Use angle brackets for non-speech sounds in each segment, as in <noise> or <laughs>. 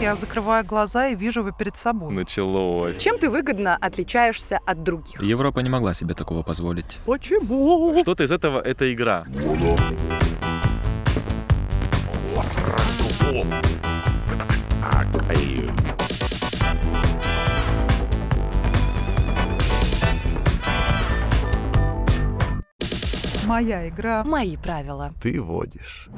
Я закрываю глаза и вижу его перед собой. Началось. Чем ты выгодно отличаешься от других? Европа не могла себе такого позволить. Почему? Что-то из этого — это игра. Моя игра. Мои правила. Ты водишь.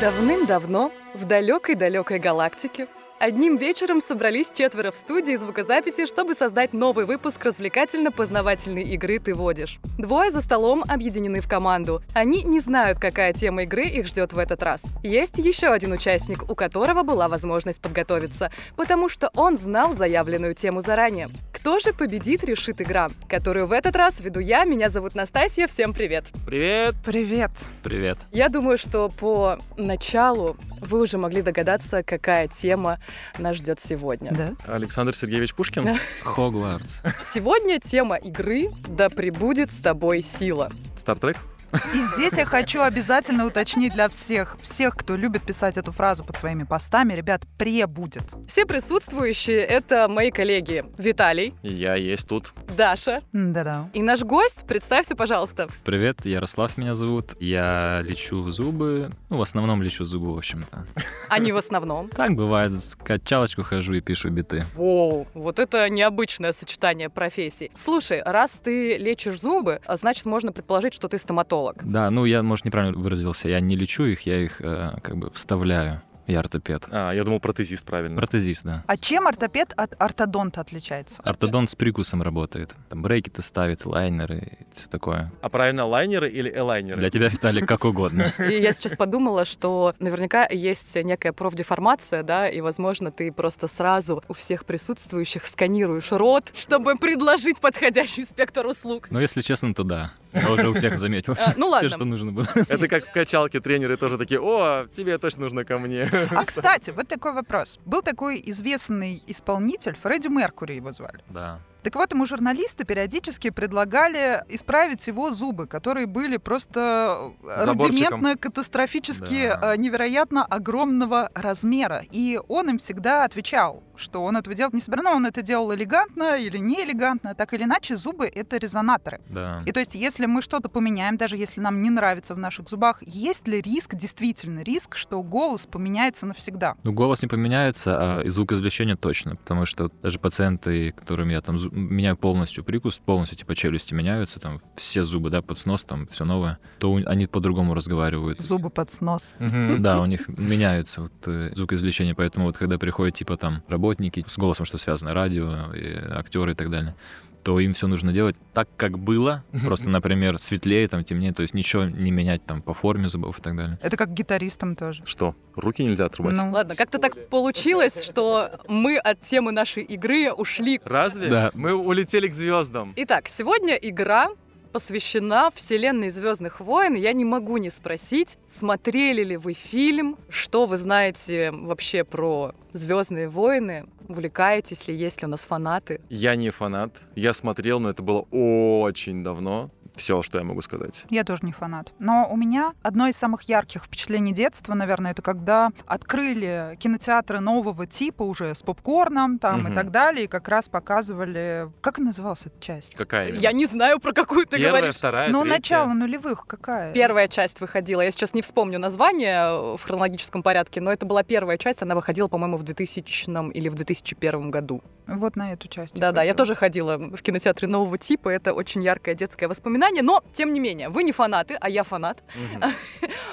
Давным-давно, в далекой-далекой галактике, одним вечером собрались четверо в студии звукозаписи, чтобы создать новый выпуск развлекательно-познавательной игры «Ты водишь». Двое за столом объединены в команду. Они не знают, какая тема игры их ждет в этот раз. Есть еще один участник, у которого была возможность подготовиться, потому что он знал заявленную тему заранее. Кто же победит, решит игра, которую в этот раз веду я, меня зовут Настасья, всем привет! Привет! Привет. Привет. Я думаю, что по началу вы уже могли догадаться, какая тема нас ждет сегодня. Да? Александр Сергеевич Пушкин. Хогвартс. Сегодня тема игры «Да прибудет с тобой сила». Стартрек. И здесь я хочу обязательно уточнить для всех, всех, кто любит писать эту фразу под своими постами, ребят, пребудет. Все присутствующие — это мои коллеги Виталий, Я есть тут. Даша Да-да. и наш гость. Представься, пожалуйста. Привет, Ярослав меня зовут. Я лечу в зубы. Ну, в основном лечу в зубы, в общем-то. Они в основном. Так бывает, в качалочку хожу и пишу биты. Воу, вот это необычное сочетание профессий. Слушай, раз ты лечишь зубы, а значит, можно предположить, что ты стоматолог. Да, ну я, может, неправильно выразился. Я не лечу их, я их э, как бы вставляю. Я ортопед. А, я думал протезист, правильно. Протезист, да. А чем ортопед от ортодонта отличается? Ортодонт с прикусом работает. Там брекеты ставит, лайнеры и все такое. А правильно, лайнеры или элайнеры? Для тебя, Виталик, <laughs> как угодно. И я сейчас подумала, что наверняка есть некая профдеформация, да, и, возможно, ты просто сразу у всех присутствующих сканируешь рот, чтобы предложить подходящий спектр услуг. Но Ну, если честно, то да. Я уже у всех заметил. А, <laughs> ну ладно. Все, что нужно было. <laughs> Это как в качалке тренеры тоже такие, о, тебе точно нужно ко мне. А, кстати, вот такой вопрос. Был такой известный исполнитель, Фредди Меркури его звали. Да. Так вот, ему журналисты периодически предлагали исправить его зубы, которые были просто э, Заборчиком. рудиментно, катастрофически Да. э, невероятно огромного размера. И он им всегда отвечал, что он этого делать не собирался, но он это делал элегантно или не элегантно. Так или иначе, зубы — это резонаторы. Да. И то есть, если мы что-то поменяем, даже если нам не нравится в наших зубах, есть ли риск, действительно риск, что голос поменяется навсегда? Ну, голос не поменяется, а и звукоизвлечение точно, потому что даже пациенты, которым я там зу- меняю полностью прикус, полностью типа челюсти меняются, там все зубы, да, под снос, там все новое, то у- они по-другому разговаривают. Зубы под снос. Мгм. Да, у них меняются вот, э, звукоизвлечение, поэтому вот когда приходят типа там работники с голосом, что связано, радио, и актеры и так далее, то им все нужно делать так, как было, просто, например, светлее, там темнее, то есть ничего не менять там по форме зубов и так далее. Это как гитаристам тоже. Что, руки нельзя отрубать? Ну, Ладно, как-то так получилось, что мы от темы нашей игры ушли. Разве? Да. Мы улетели к звездам. Итак, сегодня игра посвящена вселенной Звездных войн. Я не могу не спросить, смотрели ли вы фильм, что вы знаете вообще про Звездные войны, увлекаетесь ли, есть ли у нас фанаты. Я не фанат. Я смотрел, но это было очень давно. Все, что я могу сказать. Я тоже не фанат. Но у меня одно из самых ярких впечатлений детства, наверное, это когда открыли кинотеатры нового типа уже с попкорном там и Мгм. так далее, и как раз показывали... Как называлась эта часть? Какая именно? Я не знаю, про какую ты Первая, говоришь. вторая, ну, третья. начало нулевых какая? Первая часть выходила, я сейчас не вспомню название в хронологическом порядке, но это была первая часть, она выходила, по-моему, в 2000 или в 2001 году. Вот на эту часть. Да-да, я ходила. тоже ходила в кинотеатре нового типа, это очень яркое детское воспоминание, но, тем не менее, вы не фанаты, а я фанат, Мгм.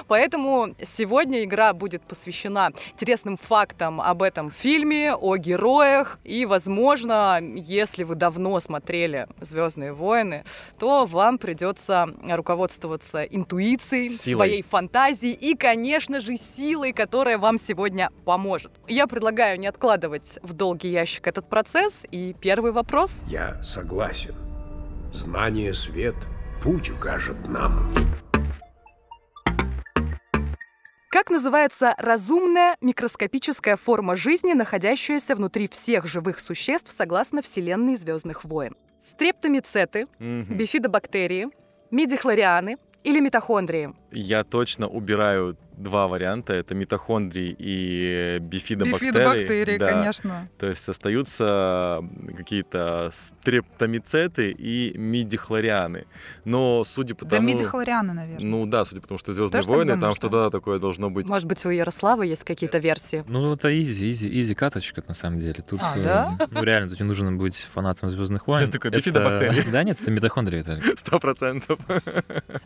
поэтому сегодня игра будет посвящена интересным фактам об этом фильме, о героях, и, возможно, если вы давно смотрели «Звездные войны», то вам придется руководствоваться интуицией, Силой. своей фантазией и, конечно же, силой, которая вам сегодня поможет. Я предлагаю не откладывать в долгий ящик этот процесс, и первый вопрос – Я согласен. Знание свет путь укажет нам. Как называется разумная микроскопическая форма жизни, находящаяся внутри всех живых существ согласно Вселенной Звездных войн? Стрептомицеты, Мгм. бифидобактерии, мидихлорианы или митохондрии? я точно убираю два варианта. Это митохондрии и бифидобактерии. Бифидобактерии, Да. конечно. То есть остаются какие-то стрептомицеты и мидихлорианы. Но судя по Да тому... мидихлорианы, наверное. Ну да, судя по тому, что Звездные Тоже так войны, думаешь, там да? что-то такое должно быть. Может быть, у Ярослава есть какие-то версии? Ну, это изи, изи, изи каточка, на самом деле. Тут, А, э, да? Ну, реально, тут не нужно быть фанатом Звездных войн. такой, Это- бифидобактерии. <laughs> Да нет, это митохондрия. Это... Сто процентов.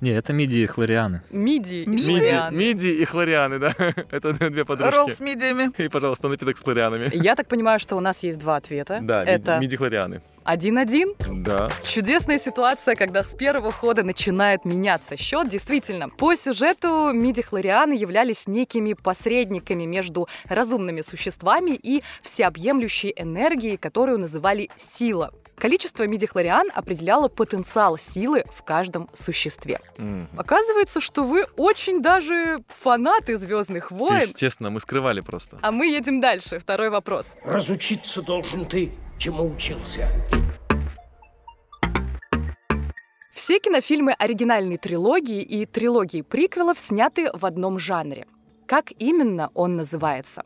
Не, это миди-хлорианы. Миди и Мидии. Миди, Хлориан. миди и хлорианы, да. <laughs> Это две Ролл с подружки. мидиями. И, пожалуйста, напиток с хлорианами. Я так понимаю, что у нас есть два ответа. Да, это миди хлорианы. один-один Да. Чудесная ситуация, когда с первого хода начинает меняться счет, действительно. По сюжету мидихлорианы являлись некими посредниками между разумными существами и всеобъемлющей энергией, которую называли сила. Количество мидихлориан определяло потенциал силы в каждом существе. М. Оказывается, что вы очень даже фанаты «Звездных войн», Естественно, мы скрывали просто. а мы едем дальше. Второй вопрос. Разучиться должен ты, чему учился. Все кинофильмы оригинальной трилогии и трилогии приквелов сняты в одном жанре. Как именно он называется?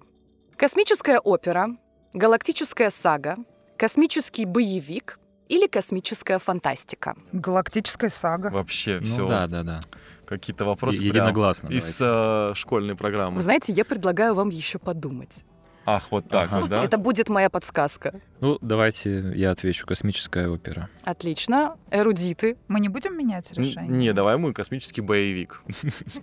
Космическая опера, галактическая сага, космический боевик или космическая фантастика? Галактическая сага. Вообще Ну все. да, да, да. Какие-то вопросы Е- прям единогласно. из давайте. э, школьной программы. Вы знаете, я предлагаю вам еще подумать. Ах, вот так Ага. вот, да? Это будет моя подсказка. Ну, давайте я отвечу. Космическая опера. Отлично. <laughs> Эрудиты. Мы не будем менять Н- решение? Не, давай мы космический боевик.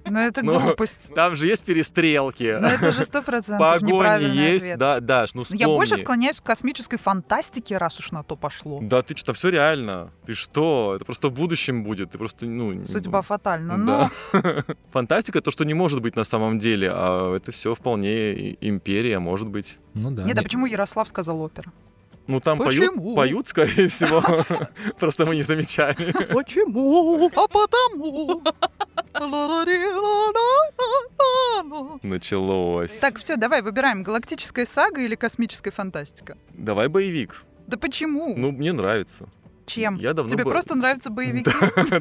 Ну это Ну, <laughs> глупость. Там же есть перестрелки. Ну это же сто процентов Погони неправильный есть. ответ. Да, Даш, ну Ну, вспомни. Я больше склоняюсь к космической фантастике, раз уж на то пошло. Да ты что, там все реально. Ты что? Это просто в будущем будет. Ты просто, ну... не- Судьба ну, фатальна. Да. <laughs> Фантастика то, что не может быть на самом деле, а это все вполне и- империя, может быть. Ну да. Но... Нет, а не- почему Ярослав сказал опера? Ну там поют, Почему? поют, скорее всего. <laughs> Просто мы не замечали. <laughs> Почему? А потому... Ла-ла-ри-ла-ла-ла-ла-ла. Началось. Так, все, давай выбираем, галактическая сага или космическая фантастика? Давай боевик. Да почему? Ну, мне нравится. Чем? я давно Тебе бы- просто нравятся боевики?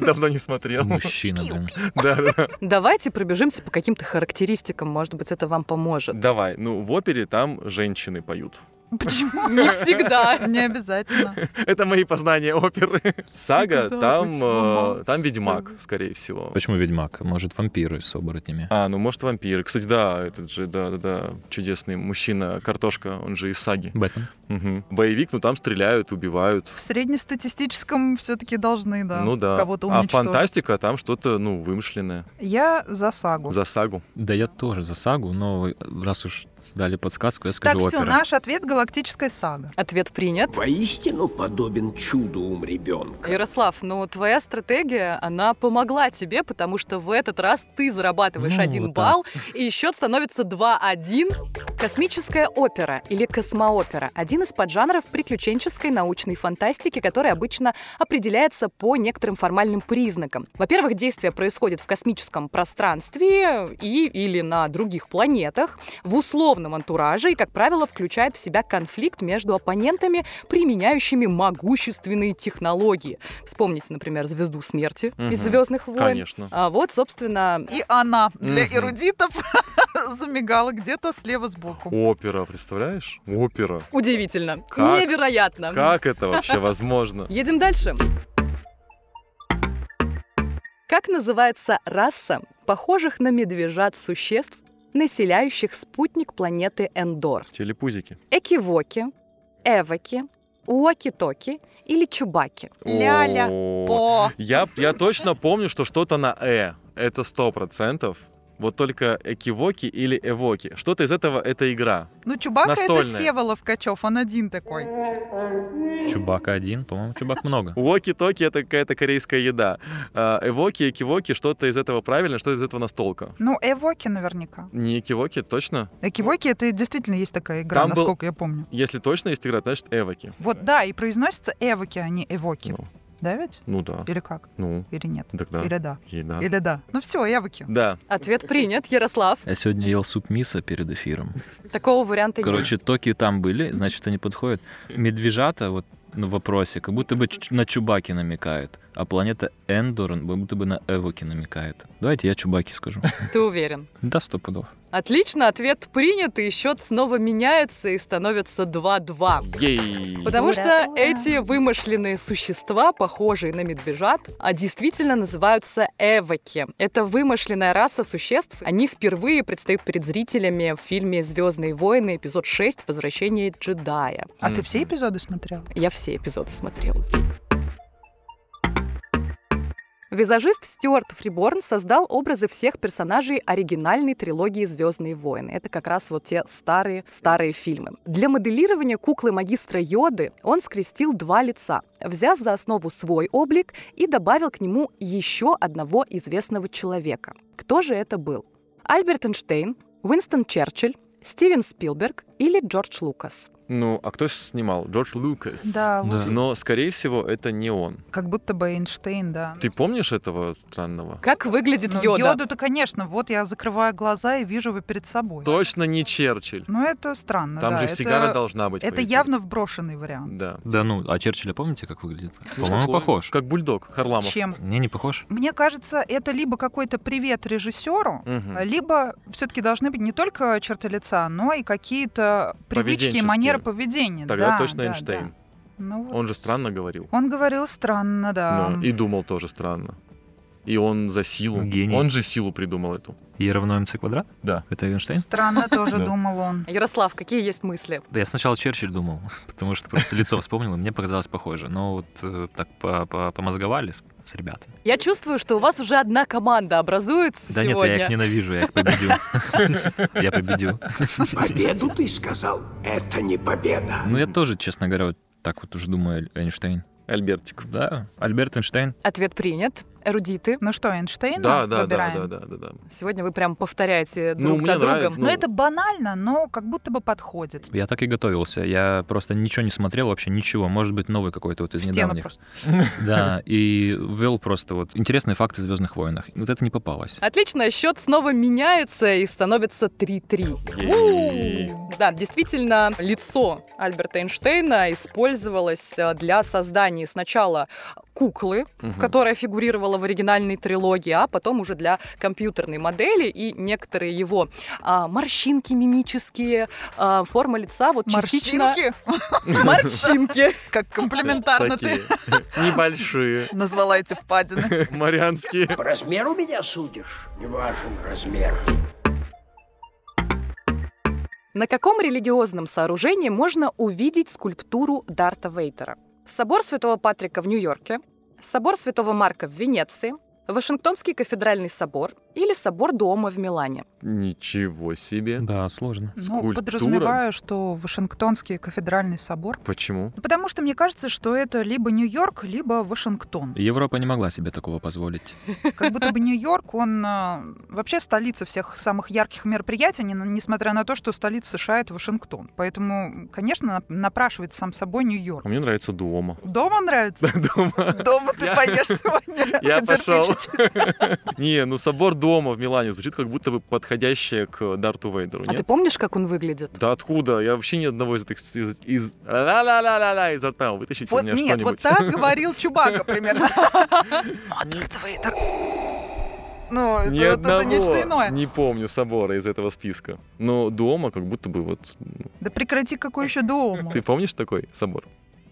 <laughs> Давно не смотрел. Мужчина, блин. Да, да. Давайте пробежимся по каким-то характеристикам. Может быть, это вам поможет. Давай. Ну, в опере там женщины поют. <laughs> Почему? Не всегда. <laughs> Не обязательно. Это мои познания оперы. Сага, Никогда там, быть э, сломался. там ведьмак, скорее всего. Почему ведьмак? Может, вампиры с оборотнями? А, ну может вампиры. Кстати, да, этот же, да, да, да, чудесный мужчина, картошка, он же из саги. Бэтмен. Мгм. Боевик, ну там стреляют, убивают. В среднестатистическом все-таки должны, да, ну да. кого-то а уничтожить. фантастика там что-то, ну, вымышленное. Я за сагу. За сагу. Да я тоже за сагу, но раз уж дали подсказку, я Так, скажу все, опера. наш ответ — галактическая сага. Ответ принят. Воистину подобен чуду ум ребенка. Ярослав, ну твоя стратегия, она помогла тебе, потому что в этот раз ты зарабатываешь Ну, один вот так. балл, и счет становится 2-1. Космическая опера или космоопера – один из поджанров приключенческой научной фантастики, который обычно определяется по некоторым формальным признакам. Во-первых, действие происходит в космическом пространстве и или на других планетах, в условном антураже и, как правило, включает в себя конфликт между оппонентами, применяющими могущественные технологии. Вспомните, например, «Звезду смерти» из Мгм. «Звездных войн». Конечно. А вот, собственно, И она для Мгм. эрудитов <laughs> замигала где-то слева сбоку. Опера, представляешь? Опера. удивительно, Как? невероятно. Как это вообще возможно? Едем дальше. Как называется раса похожих на медвежат существ, населяющих спутник планеты Эндор? Телепузики. Экивоки, эвоки, уоки-токи или чубаки? Ля-ля. О. По. Я, я точно помню, что что-то на «э». Это сто процентов. Вот только экивоки или эвоки. Что-то из этого — это игра. Ну, Чубака это Настольная. Сева Ловкачев, он один такой. Чубака один, по-моему, чубак много. <laughs> Уоки-токи — это какая-то корейская еда. А, Эвоки, экивоки — что-то из этого правильно, что-то из этого настолка. Ну, Эвоки наверняка. Не экивоки, точно? Экивоки это действительно есть такая игра, Там был- насколько я помню. Если точно есть игра, значит эвоки. Вот да, и произносятся Эвоки, а не Эвоки. Ну. Да ведь? Ну да. Или как? Ну, Или нет? тогда Или да? еда. Или да? Ну все, Эвоки. Да. Ответ принят, Ярослав. Я сегодня ел суп миса перед эфиром. Такого варианта нет. Короче, токи там были, значит, они подходят. Медвежата вот ну, в вопросе, как будто бы ч- на чубаки намекает. а планета Эндорн будто бы на Эвоки намекает. Давайте я Чубаки скажу. Ты уверен? <laughs> Да, сто пудов. Отлично, ответ принят, и счет снова меняется и становится 2-2. Ей! Потому что Ура-ура. эти вымышленные существа, похожие на медвежат, а действительно называются эвоки. Это вымышленная раса существ. Они впервые предстают перед зрителями в фильме «Звездные войны» эпизод 6 «Возвращение джедая». А ты все эпизоды смотрел? Я все эпизоды смотрела. Визажист Стюарт Фриборн создал образы всех персонажей оригинальной трилогии «Звездные войны». Это как раз вот те старые-старые фильмы. Для моделирования куклы магистра Йоды он скрестил два лица, взяв за основу свой облик и добавил к нему еще одного известного человека. Кто же это был? Альберт Эйнштейн, Уинстон Черчилль, Стивен Спилберг или Джордж Лукас? Ну, а кто ж снимал? Джордж Лукас. Да, Да. лучше. Но, скорее всего, это не он. Как будто бы Эйнштейн, да. Ты помнишь этого странного? Как выглядит Ну, Йода? Йоду-то, конечно, вот я закрываю глаза и вижу его перед собой. Точно не Черчилль. Ну, это странно, Там да. же это... сигара должна быть. по Это идее. явно вброшенный вариант. Да. Да ну, а Черчилля помните, как выглядит? По-моему, Такой, похож. Как бульдог Харламов. Чем? Не, не похож. Мне кажется, это либо какой-то привет режиссеру, Мгм. либо все-таки должны быть не только черты лица, но и какие-то привычки и Поведенческие. манеры поведения. Тогда Да, точно да, Эйнштейн. да. Ну, вот. Он же странно говорил. Он говорил странно, да. Ну, и думал тоже странно. И он за силу. Гений. Он же силу придумал эту. Е равно МЦ квадрат? Да. Это Эйнштейн? Странно тоже Да. думал он. Ярослав, какие есть мысли? Да, я сначала Черчилль думал, <laughs> потому что просто лицо вспомнил, и мне показалось похоже. Но вот э, так по- по- помозговали с, с ребятами. Я чувствую, что у вас уже одна команда образуется Да нет, сегодня. я их ненавижу, я их победил. <laughs> Я победил. Победу ты сказал? Это не победа. Ну, я тоже, честно говоря, вот так вот уже думаю, Эйнштейн. Альбертик. Да, Альберт Эйнштейн. Ответ принят. Эрудиты. Ну что, Эйнштейн? Да, да, да, выбираем? да, да, да, да. Сегодня вы прям повторяете Ну, друг мне за другом. нравится. Ну, Ну. это банально, но как будто бы подходит. Я так и готовился. Я просто ничего не смотрел, вообще ничего. Может быть, новый какой-то вот В из стену недавних. просто. Да, и ввел просто вот интересные факты о Звездных войнах. Вот это не попалось. Отлично, счет снова меняется и становится 3-3. Ей. Да, действительно, лицо Альберта Эйнштейна использовалось э, для создания сначала куклы, Мгм. которая фигурировала в оригинальной трилогии, а потом уже для компьютерной модели и некоторые его а, морщинки мимические, а, форма лица вот частично... <laughs> Морщинки, Морщинки. как комплиментарно ты Такие. <laughs> <laughs> Небольшие. назвала эти впадины. Марианские. По размеру меня судишь? Не важен размер. На каком религиозном сооружении можно увидеть скульптуру Дарта Вейтера? Собор Святого Патрика в Нью-Йорке, Собор Святого Марка в Венеции, Вашингтонский кафедральный собор или Собор Дуома в Милане. Ничего себе. Да, сложно. Ну, Скульптура? подразумеваю, что Вашингтонский кафедральный собор. Почему? Ну, Потому что мне кажется, что это либо Нью-Йорк, либо <laughs> Вашингтон. Европа не могла себе такого позволить. Как будто бы Нью-Йорк, он а, вообще столица всех самых ярких мероприятий, не- несмотря на то, что столица США — это Вашингтон. Поэтому, конечно, нап- напрашивается сам собой А Нью-Йорк. мне нравится Дуома. <laughs> Дома нравится? Дома. Дома ты Я- <laughs> поешь сегодня. Я Потерпи пошел. чуть-чуть. Не, ну собор дома в Милане звучит как будто бы подходящее к Дарту Вейдеру. А ты Нет? помнишь, как он выглядит? Да откуда? Я вообще ни одного из этих из, из ла-ла-ла-ла-ла изо рта вытащите у Вот меня нет, что-нибудь. вот так говорил Чубака <laughs> примерно. Ну, а Дарт Вейдер. Ну, это Ни вот одного это нечто иное. не помню собора из этого списка. Но дома как будто бы вот... ну, Да прекрати, какой еще дома. Ты помнишь такой собор?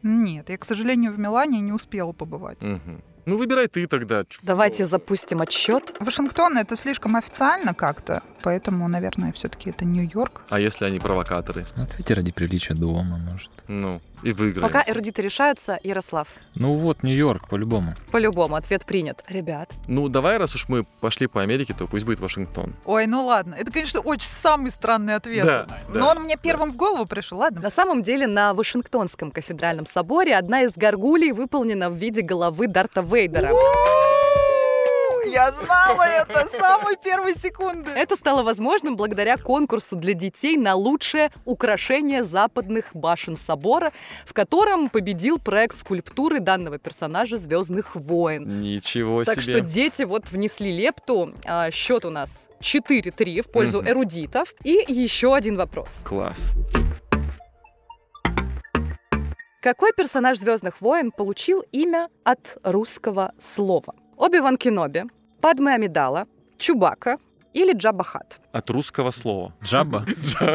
Нет, я, к сожалению, в Милане не успела побывать. Мгм. Ну, выбирай ты тогда. Чё? Давайте запустим отсчет. Вашингтон это слишком официально как-то, поэтому, наверное, все-таки это Нью-Йорк. А если они провокаторы? Ну, Ответьте ради приличия дома, может. Ну, и выиграем. Пока эрудиты решаются, Ярослав. Ну вот, Нью-Йорк, по-любому. По-любому, ответ принят. Ребят, Ну, давай, раз уж мы пошли по Америке, то пусть будет Вашингтон. Ой, ну ладно. Это, конечно, очень самый странный ответ. Да, Но да, он мне первым в голову пришел. Ладно. На самом деле на Вашингтонском кафедральном соборе одна из горгулей выполнена в виде головы Дарта Вейдера. У-у-у, Я знала это с самой первой секунды. Это стало возможным благодаря конкурсу для детей на лучшее украшение западных башен собора, в котором победил проект скульптуры данного персонажа «Звездных войн». Ничего Так себе. что дети вот внесли лепту. А, счет у нас 4-3 в пользу Мгм. эрудитов. И еще один вопрос. Класс. Какой персонаж «Звездных войн» получил имя от русского слова? Оби-Ван Кеноби, Падме Амидала, Чубака или Джабба Хат? От русского слова. Джабба?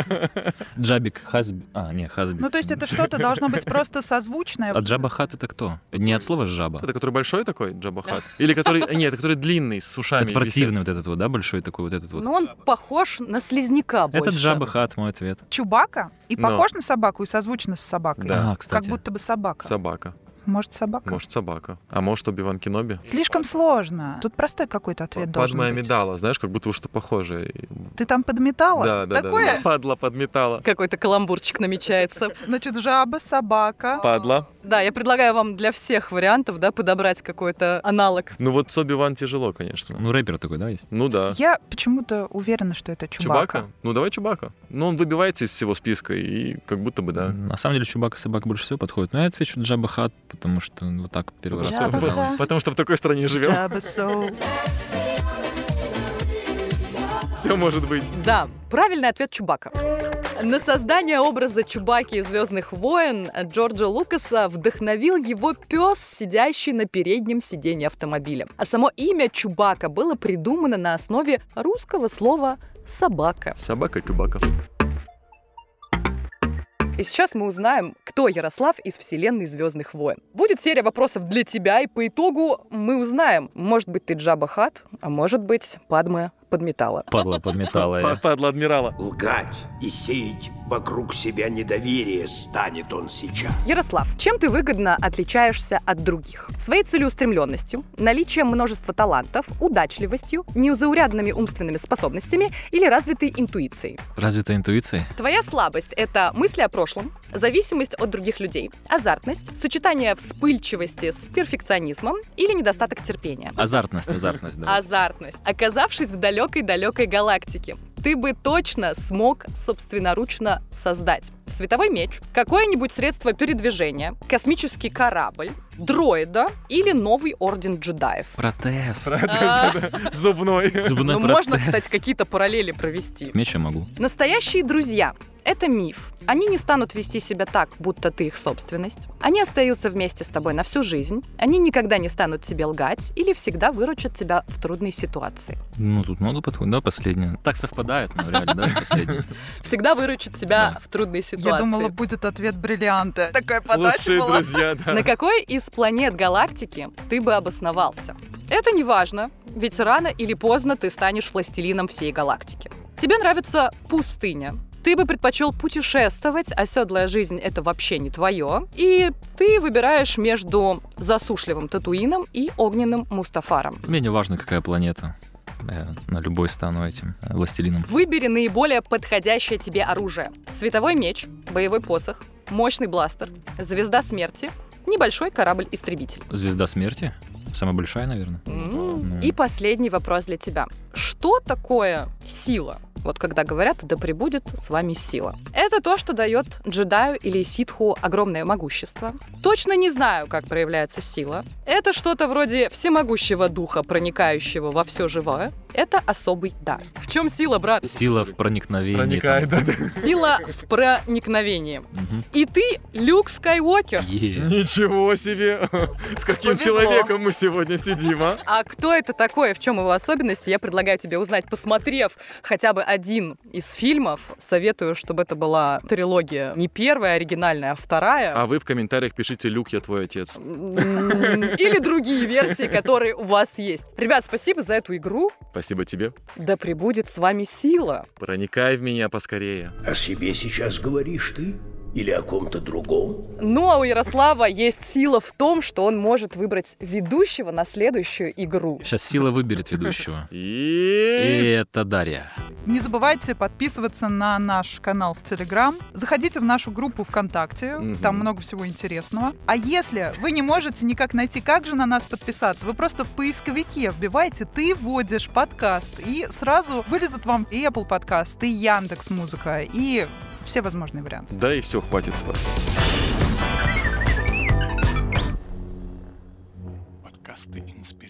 <laughs> Джабик Хазби. А, не, Хазби. Ну, то есть это что-то должно быть просто созвучное. А Джаба Хат это кто? Не от слова жаба. Это который большой такой, Джабахат? Или который... Нет, это который длинный, с ушами. Это противный вот этот вот, да, большой такой вот этот вот. Ну, он похож на слизняка больше. Это Джаба Хат, мой ответ. Чубака и Но. похож на собаку, и созвучно с собакой. Да, Как кстати. будто бы собака. висит. Собака. Может, собака? Может, собака. А может, Оби-Ван Кеноби? Слишком сложно. Тут простой какой-то ответ должен Падма быть. медала, знаешь, как будто бы что похожее. Ты там подметала? Да, да, да, Такое? да. Падла подметала. Какой-то каламбурчик намечается. Значит, жаба, собака. Падла. Да, я предлагаю вам для всех вариантов, да, подобрать какой-то аналог. Ну вот с Оби-Ван тяжело, конечно. Ну, рэпер такой, да, есть? Ну да. Я почему-то уверена, что это Чубака. Чубака? Ну давай Чубака. Ну он выбивается из всего списка и как будто бы да. На самом деле Чубака собак больше всего подходит. Но я отвечу Джаба Хат, потому что ну, вот так первый раз Джабба показалось. Хат. Потому что в такой стране живем. Jabba Soul. Все может быть. Да, правильный ответ Чубака. На создание образа Чубаки из «Звездных войн» Джорджа Лукаса вдохновил его пес, сидящий на переднем сиденье автомобиля. А само имя Чубака было придумано на основе русского слова «собака». Собака Чубака. И сейчас мы узнаем, кто Ярослав из вселенной «Звездных войн». Будет серия вопросов для тебя, и по итогу мы узнаем, может быть, ты Джаба Хат, а может быть, Падме подметала. Падла подметала. я. Падла адмирала. Лгать и сеять вокруг себя недоверие станет он сейчас. Ярослав, чем ты выгодно отличаешься от других? Своей целеустремленностью, наличием множества талантов, удачливостью, неузаурядными умственными способностями или развитой интуицией. Развитая интуиция? Твоя слабость – это мысли о прошлом, зависимость от других людей, азартность, сочетание вспыльчивости с перфекционизмом или недостаток терпения. Азартность, азартность, да. Азартность. Оказавшись в далекой-далекой галактике, ты бы точно смог собственноручно создать световой меч, какое-нибудь средство передвижения, космический корабль, дроида или новый орден джедаев. Протез. А, Зубной. Ну, Зубной можно, <laughs> протез. кстати, какие-то параллели провести. Меч я могу. Настоящие друзья – это миф. Они не станут вести себя так, будто ты их собственность. Они остаются вместе с тобой на всю жизнь. Они никогда не станут тебе лгать или всегда выручат тебя в трудной ситуации. Ну, тут много подходит, да, последнее? Так совпадает, ну, реально, да, последнее. всегда выручит тебя Да. в трудной ситуации. Я думала, будет ответ бриллианта. Такая <laughs> подача Лучшие была. друзья, да. На какой из планет галактики ты бы обосновался? Это не важно, ведь рано или поздно ты станешь властелином всей галактики. Тебе нравится пустыня. Ты бы предпочел путешествовать, оседлая жизнь — это вообще не твое. И ты выбираешь между засушливым Татуином и огненным Мустафаром. Мне не важно, какая планета. Я на любой стану этим э, властелином. Выбери наиболее подходящее тебе оружие. Световой меч, боевой посох, мощный бластер, звезда смерти, небольшой корабль-истребитель. Звезда смерти? Самая большая, наверное. М. Ну. И последний вопрос для тебя. Что такое сила? Вот когда говорят, да пребудет с вами сила. Это то, что дает джедаю или ситху огромное могущество. Точно не знаю, как проявляется сила. Это что-то вроде всемогущего духа, проникающего во все живое. Это особый дар. В чем сила, брат? Сила в проникновении. там. Проникает, да. да. Сила в проникновении. Мгм. И ты Люк Скайуокер. Е. <laughs> Ничего себе! <laughs> С каким Повезло. человеком мы сегодня сидим, а? А кто это такой, в чем его особенности, я предлагаю тебе узнать, посмотрев хотя бы один из фильмов. Советую, чтобы это была трилогия не первая оригинальная, а вторая. А вы в комментариях пишите «Люк, я твой отец». М, Или другие версии, которые у вас есть. Ребят, спасибо за эту игру. Спасибо тебе. Да пребудет с вами сила. Проникай в меня поскорее. О себе сейчас говоришь ты? Или о ком-то другом? Ну а у Ярослава есть сила в том, что он может выбрать ведущего на следующую игру. Сейчас сила выберет ведущего. И И... это Дарья. Не забывайте подписываться на наш канал в Телеграм. Заходите в нашу группу ВКонтакте, Мгм. там много всего интересного. А если вы не можете никак найти, как же на нас подписаться, вы просто в поисковике вбиваете «Ты вводишь подкаст», и сразу вылезут вам и Apple подкаст, и Яндекс Музыка, и все возможные варианты. Да и все, хватит с вас. Подкасты Inspiration.